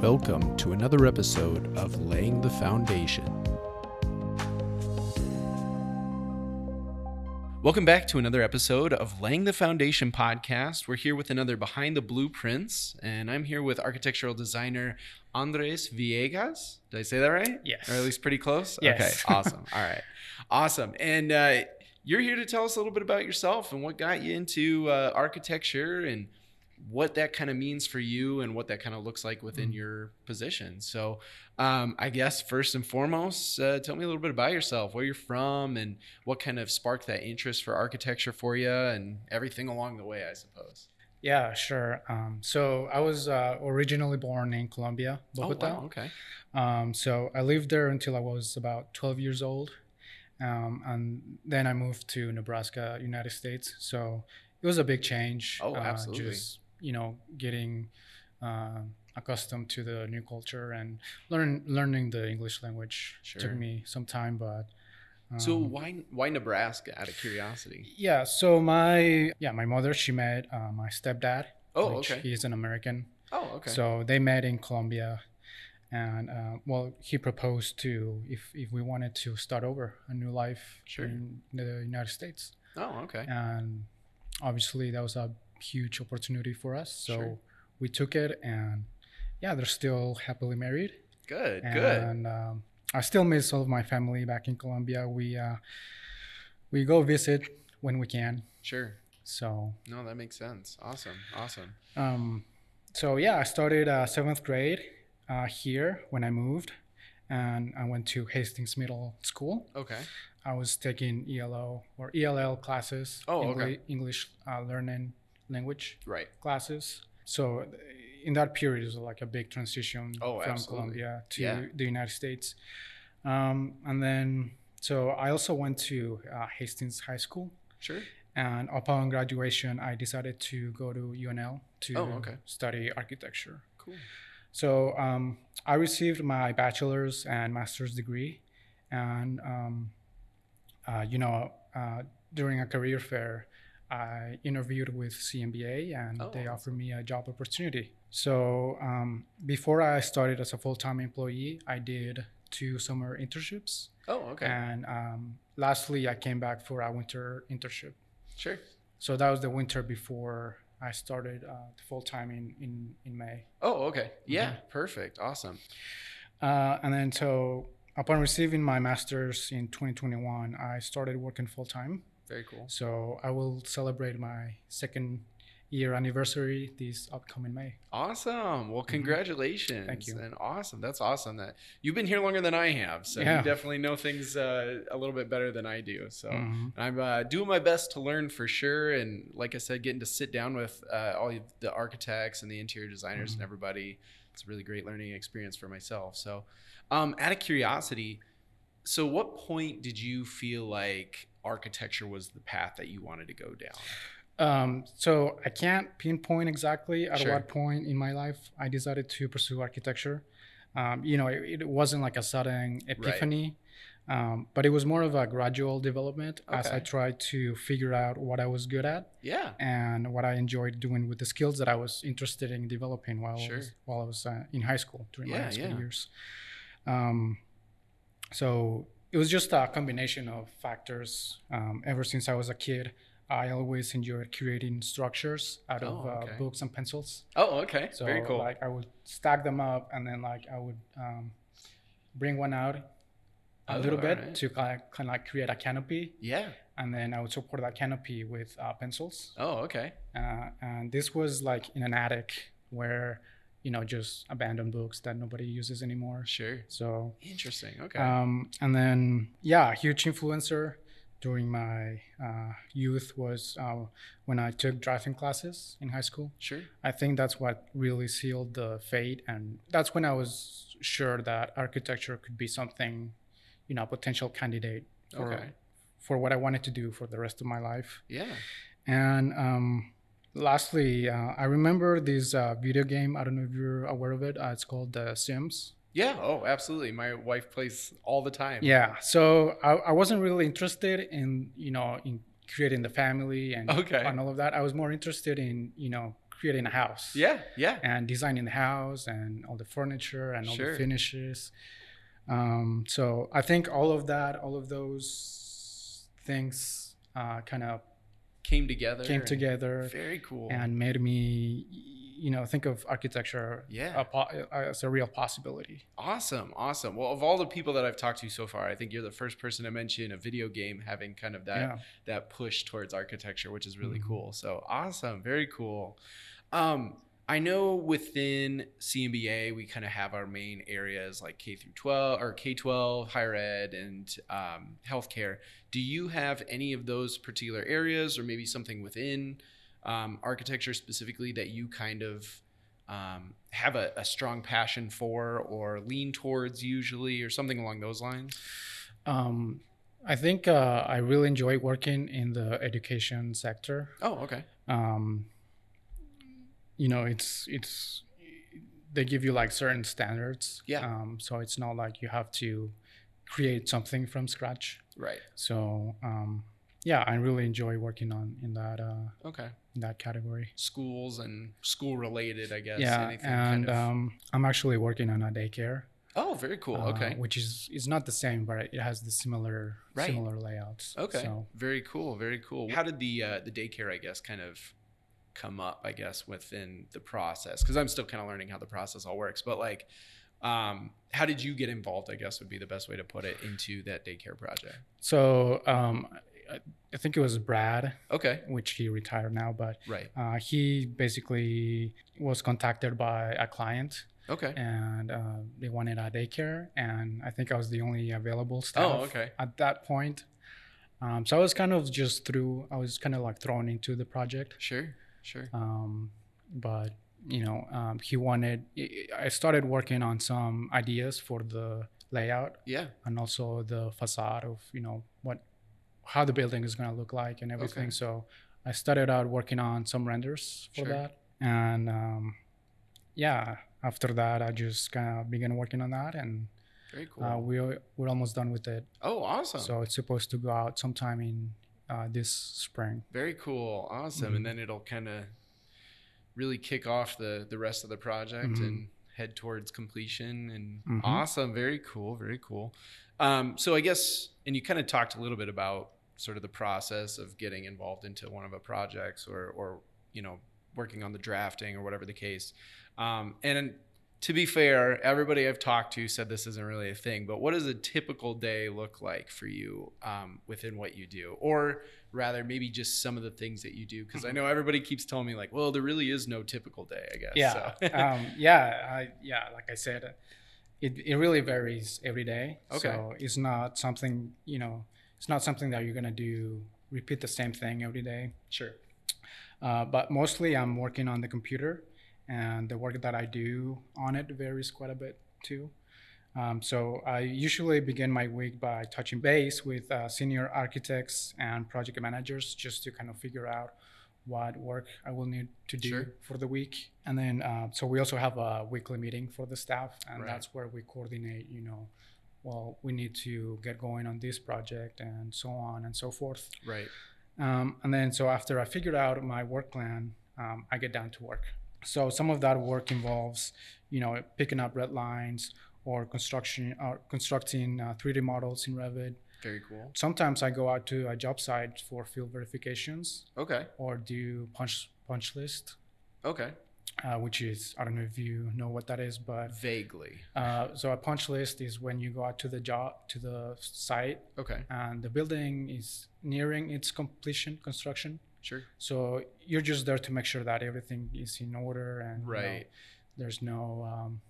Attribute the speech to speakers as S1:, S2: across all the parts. S1: Welcome to another episode of Laying the Foundation. Welcome back to another episode of Laying the Foundation podcast. We're here with another Behind the Blueprints, and I'm here with architectural designer Andres Viegas. Did I say that right?
S2: Yes.
S1: Or at least pretty close?
S2: Yes.
S1: Okay, awesome. All right. Awesome. And uh, you're here to tell us a little bit about yourself and what got you into uh, architecture and what that kind of means for you and what that kind of looks like within
S2: Mm.
S1: your position. So, um, I guess first and foremost, uh, tell me a little bit about yourself, where you're from, and what kind of sparked that interest for architecture for you and everything along the way, I suppose.
S2: Yeah, sure. Um, so I was uh, originally born in Colombia,
S1: Oh,
S2: Bogota.
S1: Okay.
S2: um, so I lived there until I was about 12 years old. Um, and then I moved to Nebraska, United States. So it was a big change. uh,
S1: Oh, absolutely.
S2: just, you know, getting uh, accustomed to the new culture and learn, learning the English language
S1: Sure.
S2: took me some time, but.
S1: So
S2: um,
S1: why why Nebraska? Out of curiosity.
S2: Yeah. So my yeah my mother she met uh, my stepdad.
S1: Oh,
S2: which
S1: okay.
S2: He's an American.
S1: Oh, okay.
S2: So they met in Colombia, and uh, well, he proposed to if if we wanted to start over a new life
S1: Sure.
S2: in the United States,
S1: oh, okay.
S2: and obviously that was a huge opportunity for us. So
S1: Sure.
S2: we took it, and yeah, they're still happily married.
S1: Good. Good.
S2: And um, I still miss all of my family back in Colombia. We uh, we go visit when we can.
S1: Sure.
S2: So
S1: No, that makes sense. Awesome. Awesome.
S2: Um, so yeah, I started uh, seventh grade uh, here when I moved, and I went to Hastings Middle School.
S1: Okay.
S2: I was taking ELO or ELL classes,
S1: Oh, okay.
S2: English uh, learning language
S1: Right.
S2: classes. So uh, in that period, it was like a big transition
S1: Oh,
S2: from
S1: absolutely.
S2: Colombia to
S1: Yeah.
S2: the United States. Um, and then, so I also went to uh, Hastings High School.
S1: Sure.
S2: And upon graduation, I decided to go to UNL to
S1: Oh, okay.
S2: study architecture.
S1: Cool.
S2: So um, I received my bachelor's and master's degree. And, um, uh, you know, uh, during a career fair, I interviewed with CMBA and
S1: Oh,
S2: they
S1: awesome.
S2: offered me a job opportunity. So um, before I started as a full time employee, I did two summer internships.
S1: Oh, okay.
S2: And um, lastly, I came back for a winter internship.
S1: sure.
S2: So that was the winter before I started uh, full time in, in in May.
S1: Oh, okay. Yeah. Perfect. Awesome.
S2: Uh, and then so upon receiving my master's in 2021, I started working full time.
S1: Very cool.
S2: So I will celebrate my second year anniversary this upcoming May.
S1: Awesome. Well, congratulations.
S2: you.
S1: And awesome. That's awesome that you've been here longer than I have. So
S2: Yeah.
S1: you definitely know things uh, a little bit better than I do. So
S2: Mhm.
S1: and I'm uh, doing my best to learn for sure. And like I said, getting to sit down with uh, all of the architects and the interior designers and
S2: Mhm.
S1: everybody, it's a really great learning experience for myself. So, um, out of curiosity, so what point did you feel like architecture was the path that you wanted to go down?
S2: Um, so I can't pinpoint exactly at
S1: Sure.
S2: what point in my life I decided to pursue architecture. Um, you know, it, it wasn't like a sudden epiphany, um, but it was more of a gradual development as I
S1: Okay.
S2: tried to figure out what I was good at
S1: Yeah.
S2: and what I enjoyed doing with the skills that I was interested in developing while I
S1: Sure.
S2: was, while I was uh, in high school during my
S1: Yeah,
S2: high school
S1: yeah.
S2: years. Um, so it was just a combination of factors. Um, ever since I was a kid, I always enjoyed creating structures out of
S1: Oh, okay.
S2: uh, books and pencils.
S1: Oh, okay.
S2: So
S1: Very cool.
S2: like I would stack them up and then like I would um, bring one out a
S1: Oh,
S2: little bit
S1: alright.
S2: to kind of, kind of like create a canopy,
S1: yeah.
S2: and then I would support that canopy with uh, pencils
S1: Oh, okay.
S2: uh, and this was like in an attic where you know just abandoned books that nobody uses anymore
S1: Sure.
S2: so
S1: Interesting. Okay.
S2: um, and then yeah a huge influencer during my uh, youth was uh, when i took driving classes in high school
S1: sure.
S2: i think that's what really sealed the fate and that's when i was sure that architecture could be something you know a potential candidate for,
S1: Okay.
S2: for what i wanted to do for the rest of my life
S1: Yeah.
S2: and um, lastly, uh, I remember this uh, video game. I don't know if you're aware of it. Uh, it's called The Sims.
S1: Yeah. Oh, absolutely. My wife plays all the time.
S2: Yeah. So I, I wasn't really interested in you know in creating the family and
S1: Okay.
S2: and all of that. I was more interested in you know creating a house.
S1: Yeah, yeah.
S2: And designing the house and all the furniture and all
S1: Sure.
S2: the finishes. Um, so I think all of that, all of those things, uh, kind of
S1: Came together.
S2: came
S1: and-
S2: together
S1: Very cool.
S2: and made me, you know, think of architecture
S1: yeah.
S2: a po- as a real possibility.
S1: Awesome, awesome. Well, of all the people that I've talked to so far, I think you're the first person to mention a video game having kind of that
S2: yeah.
S1: that push towards architecture, which is really
S2: Mhm.
S1: cool. So awesome, very cool. Um, I know within CMBA we kind of have our main areas like K through 12 or K 12, higher ed, and um, healthcare. Do you have any of those particular areas, or maybe something within um, architecture specifically that you kind of um, have a, a strong passion for or lean towards usually, or something along those lines?
S2: Um, I think uh, I really enjoy working in the education sector.
S1: Oh, okay.
S2: Um, you know, it's it's they give you like certain standards.
S1: Yeah.
S2: Um, so it's not like you have to create something from scratch.
S1: Right.
S2: So um, yeah, I really enjoy working on in that uh,
S1: Okay.
S2: in that category.
S1: schools and school related, I guess.
S2: yeah, and
S1: anything kind of.
S2: um, I'm actually working on a daycare.
S1: oh, very cool.
S2: uh,
S1: okay.
S2: Which is is not the same, but it has the similar
S1: Right.
S2: similar layouts.
S1: Okay.
S2: So
S1: Very cool. Very cool. How did the uh, the daycare, I guess, kind of come up? I guess within the process, because I'm still kind of learning how the process all works. But like, um, how did you get involved? I guess would be the best way to put it into that daycare project.
S2: so um, I, I think it was Brad,
S1: Okay.
S2: which he retired now, but
S1: Right.
S2: uh, he basically was contacted by a client
S1: Okay.
S2: and uh, they wanted a daycare, and I think I was the only available staff
S1: Oh, okay.
S2: at that point. Um, so I was kind of just through. I was kind of like thrown into the project.
S1: Sure. Sure.
S2: um, but you know um, he wanted i started working on some ideas for the layout
S1: Yeah.
S2: and also the facade of you know what how the building is going to look like and everything
S1: Okay.
S2: so i started out working on some renders for
S1: Sure.
S2: that and um, yeah after that i just kind of began working on that and
S1: Very cool.
S2: uh, we're, we're almost done with it
S1: oh, awesome.
S2: so it's supposed to go out sometime in uh, this spring
S1: Very cool. Awesome.
S2: Mhm.
S1: And then it'll kind of really kick off the the rest of the project
S2: Mhm.
S1: and head towards completion and
S2: Mhm.
S1: awesome. Very cool. Very cool. Um, so I guess and you kind of talked a little bit about sort of the process of getting involved into one of the projects or or you know working on the drafting or whatever the case. Um, and to be fair, everybody I've talked to said this isn't really a thing, but what does a typical day look like for you um, within what you do? Or rather, maybe just some of the things that you do?
S2: Mm-hmm.
S1: Because I know everybody keeps telling me, like, well, there really is no typical day, I guess.
S2: yeah
S1: So.
S2: um, yeah I, yeah like i said it, it really varies every day
S1: Okay.
S2: so it's not something you know it's not something that you're gonna do repeat the same thing every day
S1: sure.
S2: uh, but mostly i'm working on the computer and the work that i do on it varies quite a bit too um, so i usually begin my week by touching base with uh, senior architects and project managers just to kind of figure out what work I will need to do
S1: Sure.
S2: for the week. And then, uh, so we also have a weekly meeting for the staff, and
S1: Right.
S2: that's where we coordinate, you know, well, we need to get going on this project and so on and so forth.
S1: Right.
S2: Um, and then, so after I figured out my work plan, um, I get down to work. So some of that work involves, you know, picking up red lines or construction or constructing uh, 3D models in Revit.
S1: Very cool.
S2: Sometimes I go out to a job site for field verifications
S1: Okay.
S2: or do punch punch list,
S1: Okay.
S2: uh, which is I don't know if you know what that is, but
S1: Vaguely.
S2: uh, so a punch list is when you go out to the job to the site
S1: Okay.
S2: and the building is nearing its completion construction.
S1: Sure.
S2: So you're just there to make sure that everything is in order and you know,
S1: Right.
S2: there's no um,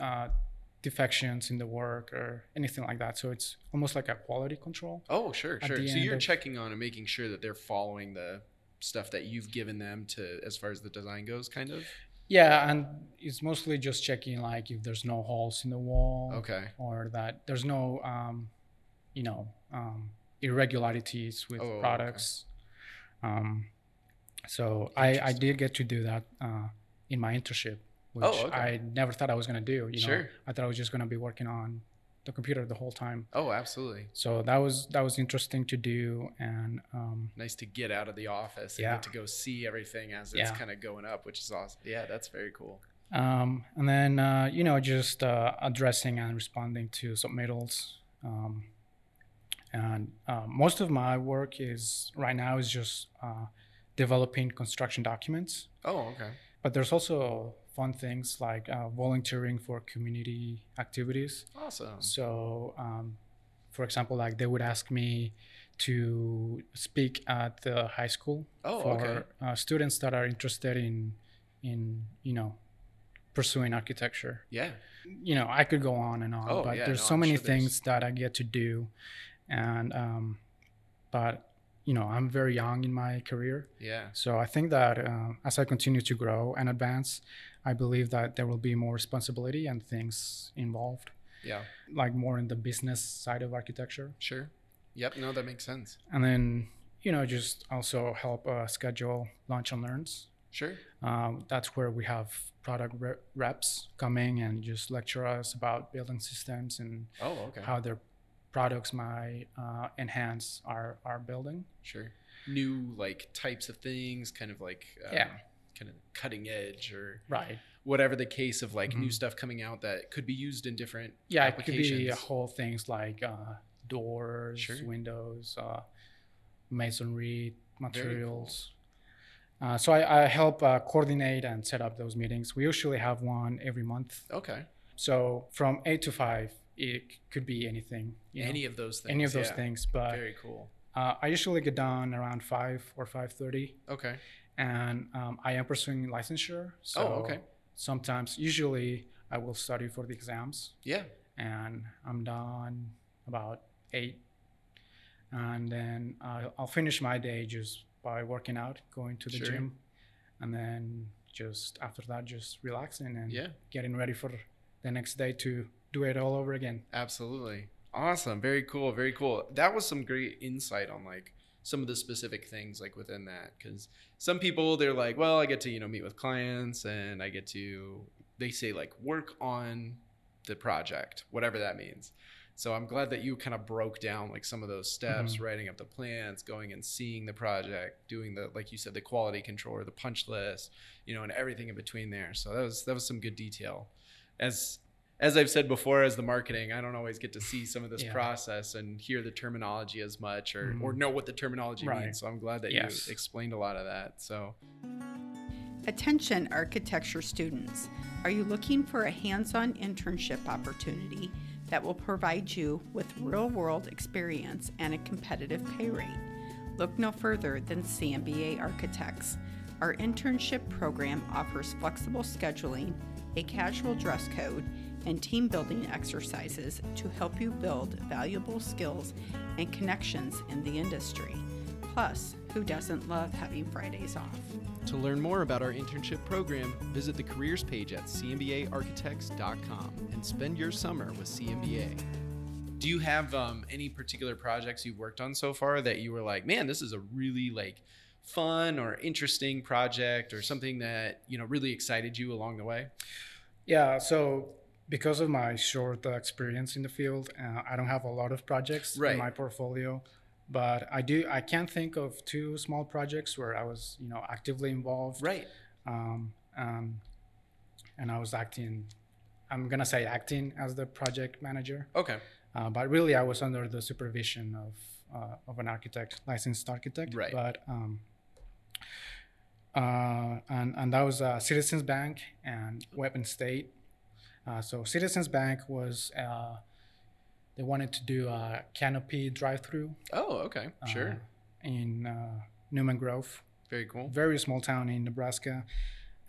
S2: uh, defections in the work or anything like that. So it's almost like a quality control.
S1: Oh, sure,
S2: At
S1: sure.
S2: the
S1: So
S2: end
S1: you're
S2: of-
S1: checking on and making sure that they're following the stuff that you've given them to as far as the design goes, kind of.
S2: Yeah, and it's mostly just checking like if there's no holes in the wall.
S1: Okay.
S2: or that there's no um, you know um, irregularities with
S1: Oh, okay.
S2: products um, so I, I
S1: Interesting.
S2: did get to do that uh, in my internship which
S1: Oh, okay.
S2: i never thought i was going to do you know
S1: Sure.
S2: i thought i was just going to be working on the computer the whole time.
S1: Oh, absolutely.
S2: So that was that was interesting to do, and um,
S1: Nice to get out of the office and
S2: Yeah.
S1: get to go see everything as it's
S2: Yeah.
S1: kind of going up, which is awesome. Yeah, that's very cool.
S2: um, and then uh, you know just uh, addressing and responding to submittals. Um, and uh, most of my work is right now is just uh, developing construction documents.
S1: Oh, okay.
S2: But there's also fun things like uh, volunteering for community activities.
S1: Awesome.
S2: So, um, for example, like they would ask me to speak at the high school
S1: Oh,
S2: for
S1: okay.
S2: uh, students that are interested in in you know pursuing architecture.
S1: Yeah.
S2: You know, I could go on and on,
S1: Oh,
S2: but
S1: yeah,
S2: there's
S1: no,
S2: so
S1: I'm
S2: many
S1: sure there's-
S2: things that I get to do, and um, but you know, I'm very young in my career,
S1: Yeah.
S2: so I think that uh, as I continue to grow and advance, I believe that there will be more responsibility and things involved,
S1: Yeah.
S2: like more in the business side of architecture.
S1: Sure. Yep. No, that makes sense.
S2: And then, you know, just also help uh, schedule lunch and learns.
S1: Sure.
S2: Um, that's where we have product re- reps coming and just lecture us about building systems and
S1: Oh, okay.
S2: how their products might uh, enhance our, our building.
S1: Sure. New like types of things, kind of like um,
S2: Yeah.
S1: kind of cutting edge or
S2: Right.
S1: whatever the case of like new
S2: Mhm.
S1: stuff coming out that could be used in different
S2: yeah it could
S1: applications.
S2: be a whole things like uh, doors
S1: Sure.
S2: windows uh, masonry materials uh, so I, I help uh, coordinate and set up those meetings we usually have one every month
S1: okay.
S2: so from eight to five it could be anything you know,
S1: any of those things.
S2: any of those
S1: yeah.
S2: things but
S1: Very cool.
S2: uh, i usually get done around 5 or 5.30
S1: Okay.
S2: and um, i am pursuing licensure so
S1: oh, okay.
S2: sometimes usually i will study for the exams
S1: Yeah.
S2: and I'm done about eight. And then I'll, I'll finish my day just by working out, going to the
S1: Sure.
S2: gym, and then just after that, just relaxing and
S1: Yeah.
S2: getting ready for the next day to do it all over again.
S1: Absolutely. Awesome. Very cool. Very cool. That was some great insight on like some of the specific things like within that cuz some people they're like, well, I get to, you know, meet with clients and I get to they say like work on the project, whatever that means. So I'm glad that you kind of broke down like some of those steps, writing up the plans, going and seeing the project, doing the like you said the quality control or the punch list, you know, and everything in between there. So that was that was some good detail. As as I've said before, as the marketing, I don't always get to see some of this
S2: Yeah.
S1: process and hear the terminology as much or,
S2: Mhm.
S1: or
S3: Mm-hmm.
S1: know what the terminology
S2: Right.
S1: means. So I'm glad that
S2: Yes.
S1: you explained a lot of that. So
S4: Attention architecture students. Are you looking for a hands on internship opportunity that will provide you with real world experience and a competitive pay rate? Look no further than CMBA Architects. Our internship program offers flexible scheduling, a casual dress code, and team building exercises to help you build valuable skills and connections in the industry. Plus, who doesn't love having Fridays off?
S3: To learn more about our internship program, visit the careers page at cmbaarchitects.com and spend your summer with CMBA.
S1: do you have um, any particular projects you've worked on so far that you were like, man, this is a really like fun or interesting project or something that, you know, really excited you along the way?
S2: Yeah, so because of my short uh, experience in the field, uh, I don't have a lot of projects
S1: Right.
S2: in my portfolio, but I do. I can think of two small projects where I was, you know, actively involved.
S1: Right.
S2: um, um, and I was acting. I'm gonna say acting as the project manager,
S1: Okay.
S2: uh, but really I was under the supervision of uh, of an architect, licensed architect.
S1: Right.
S2: But um, uh, and and that was uh, Citizens Bank and Weapon State. Uh, so Citizens Bank was uh, they wanted to do a canopy drive-through.
S1: Oh, okay.
S2: uh,
S1: Sure.
S2: In uh, Newman Grove
S1: Very cool.
S2: very small town in Nebraska.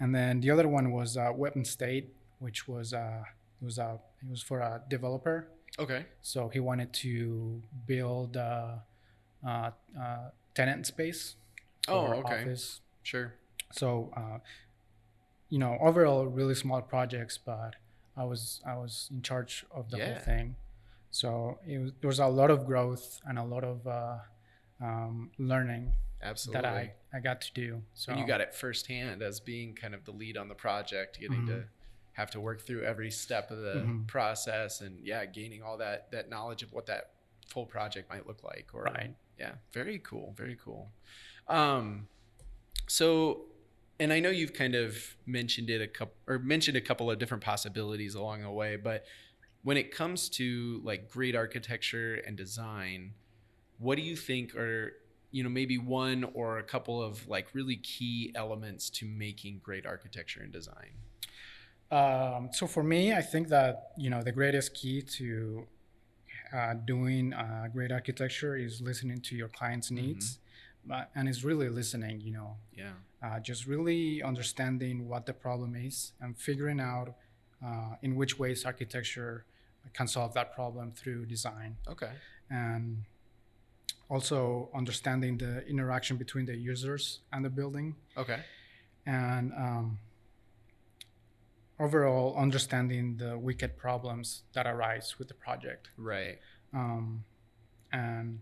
S2: And then the other one was uh, Weapon State, which was uh, it was uh, it was for a developer.
S1: Okay.
S2: So he wanted to build uh, uh, uh, tenant space.
S1: Oh,
S2: for
S1: okay.
S2: Office.
S1: Sure.
S2: So uh, you know, overall, really small projects, but I was I was in charge of the
S1: Yeah.
S2: whole thing. So it was, there was a lot of growth and a lot of uh, um, learning
S1: Absolutely.
S2: that I, I got to do. So Mm-hmm.
S1: And you got it firsthand as being kind of the lead on the project, getting to have to work through every step of the
S2: Mhm.
S1: process and yeah, gaining all that that knowledge of what that full project might look like or
S2: Right.
S1: yeah, very cool, very cool. Um so and I know you've kind of mentioned it a couple or mentioned a couple of different possibilities along the way, but when it comes to like great architecture and design, what do you think are you know maybe one or a couple of like really key elements to making great architecture and design?
S2: Um, so for me, I think that you know the greatest key to uh, doing uh, great architecture is listening to your clients' needs, but, and it's really listening. You know,
S1: Yeah.
S2: uh, just really understanding what the problem is and figuring out uh, in which ways architecture can solve that problem through design
S1: Okay.
S2: and also understanding the interaction between the users and the building
S1: Okay.
S2: and um, overall understanding the wicked problems that arise with the project.
S1: Right.
S2: Um, and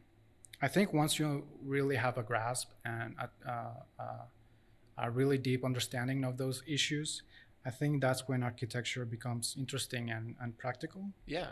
S2: I think once you really have a grasp and a, uh, uh, a really deep understanding of those issues, I think that's when architecture becomes interesting and, and practical.
S1: Yeah.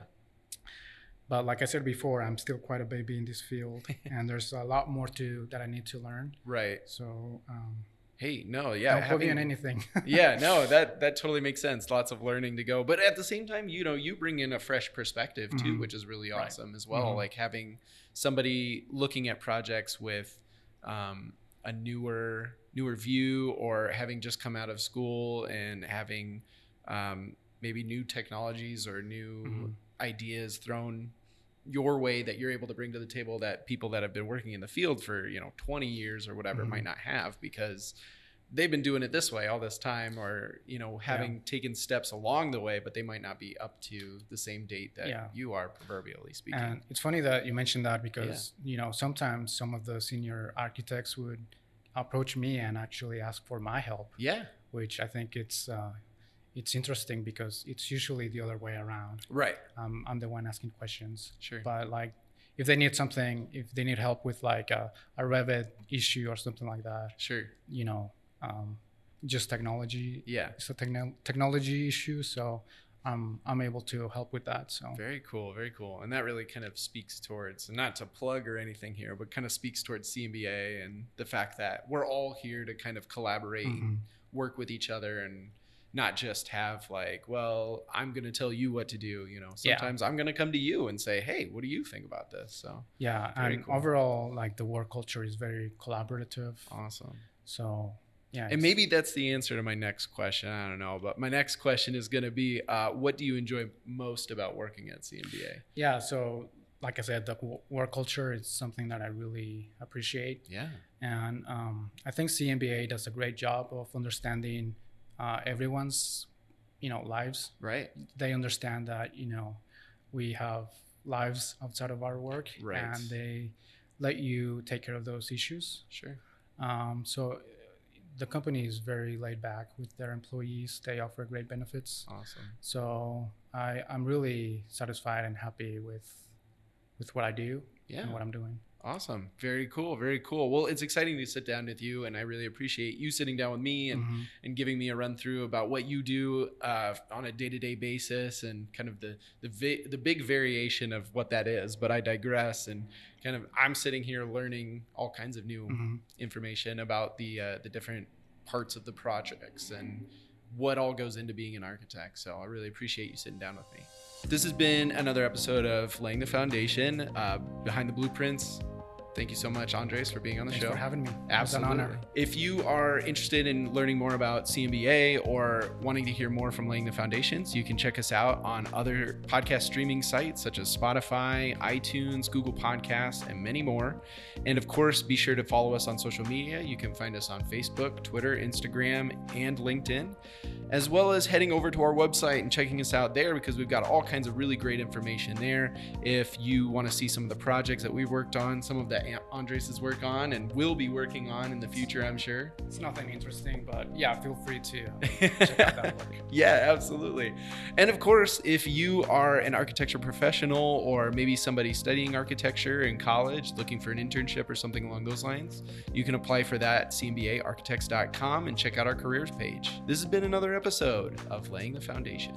S2: But like I said before, I'm still quite a baby in this field, and there's a lot more to that I need to learn.
S1: Right.
S2: So um,
S1: Hey, no,
S2: yeah,
S1: yeah.
S2: don't quote me on
S1: having-
S2: anything.
S1: yeah, no, that that totally makes sense. Lots of learning to go, but at the same time, you know, you bring in a fresh perspective too,
S2: Mhm.
S1: which is really
S2: Right.
S1: awesome as well.
S2: Mhm.
S1: Like having somebody looking at projects with um, a newer newer view, or having just come out of school and having um, maybe new technologies or new
S2: Mhm.
S1: ideas thrown your way that you're able to bring to the table that people that have been working in the field for you know 20 years or whatever
S2: Mhm.
S1: might not have because they've been doing it this way all this time or you know having taken steps along the way but they might not be up to the same date that
S2: Yeah.
S1: you are proverbially speaking
S2: And it's funny that you mentioned that because you know sometimes some of the senior architects would approach me and actually ask for my help,
S1: yeah
S2: which I think it's uh, it's interesting because it's usually the other way around.
S1: right
S2: Um, I'm the one asking questions,
S1: sure
S2: but like if they need something, if they need help with like a, a Revit issue or something like that,
S1: sure
S2: you know, um, just technology.
S1: yeah
S2: It's a techno- technology issue, so I'm I'm able to help with that. So
S1: Very cool, very cool. And that really kind of speaks towards, not to plug or anything here, but kind of speaks towards CMBA and the fact that we're all here to kind of collaborate and
S2: Mhm.
S1: work with each other and not just have like, well, I'm going to tell you what to do. You know,
S2: Yeah.
S1: sometimes I'm going to come to you and say, hey, what do you think about this? So
S2: Yeah,
S1: Very
S2: and
S1: cool.
S2: overall, like the work culture is very collaborative.
S1: awesome.
S2: So yeah,
S1: And maybe that's the answer to my next question. I don't know. But my next question is going to be uh, what do you enjoy most about working at CMBA?
S2: yeah. So like I said, the w- work culture is something that I really appreciate,
S1: Yeah.
S2: and um, I think CMBA does a great job of understanding uh, everyone's you know lives.
S1: Right.
S2: They understand that you know we have lives outside of our work,
S1: Right.
S2: and they let you take care of those issues.
S1: Sure.
S2: Um, so uh, the company is very laid back with their employees. They offer great benefits.
S1: Awesome.
S2: So I, I'm really satisfied and happy with with what I do
S1: Yeah.
S2: and what I'm doing.
S1: Awesome. Very cool. Very cool. Well, it's exciting to sit down with you, and I really appreciate you sitting down with me and,
S2: Mhm.
S1: and giving me a run through about what you do uh, on a day to day basis and kind of the the vi- the big variation of what that is. But I digress, and kind of I'm sitting here learning all kinds of new
S2: Mhm.
S1: information about the uh, the different parts of the projects and what all goes into being an architect. So I really appreciate you sitting down with me. This has been another episode of Laying the Foundation uh, behind the blueprints. Thank you so much, Andres, for being on the
S2: Thanks
S1: show.
S2: for having me. It was an
S1: Absolutely.
S2: honor.
S1: If you are interested in learning more about CMBA or wanting to hear more from Laying the Foundations, you can check us out on other podcast streaming sites such as Spotify, iTunes, Google Podcasts, and many more. And of course, be sure to follow us on social media. You can find us on Facebook, Twitter, Instagram, and LinkedIn, as well as heading over to our website and checking us out there because we've got all kinds of really great information there if you want to see some of the projects that we've worked on, some of that Andres has worked on and will be working on in the future, I'm sure.
S2: It's nothing interesting, but yeah, feel free to check out that work.
S1: yeah, absolutely. And of course, if you are an architecture professional or maybe somebody studying architecture in college looking for an internship or something along those lines, you can apply for that at cmbaarchitects.com and check out our careers page. This has been another another episode of Laying the Foundation.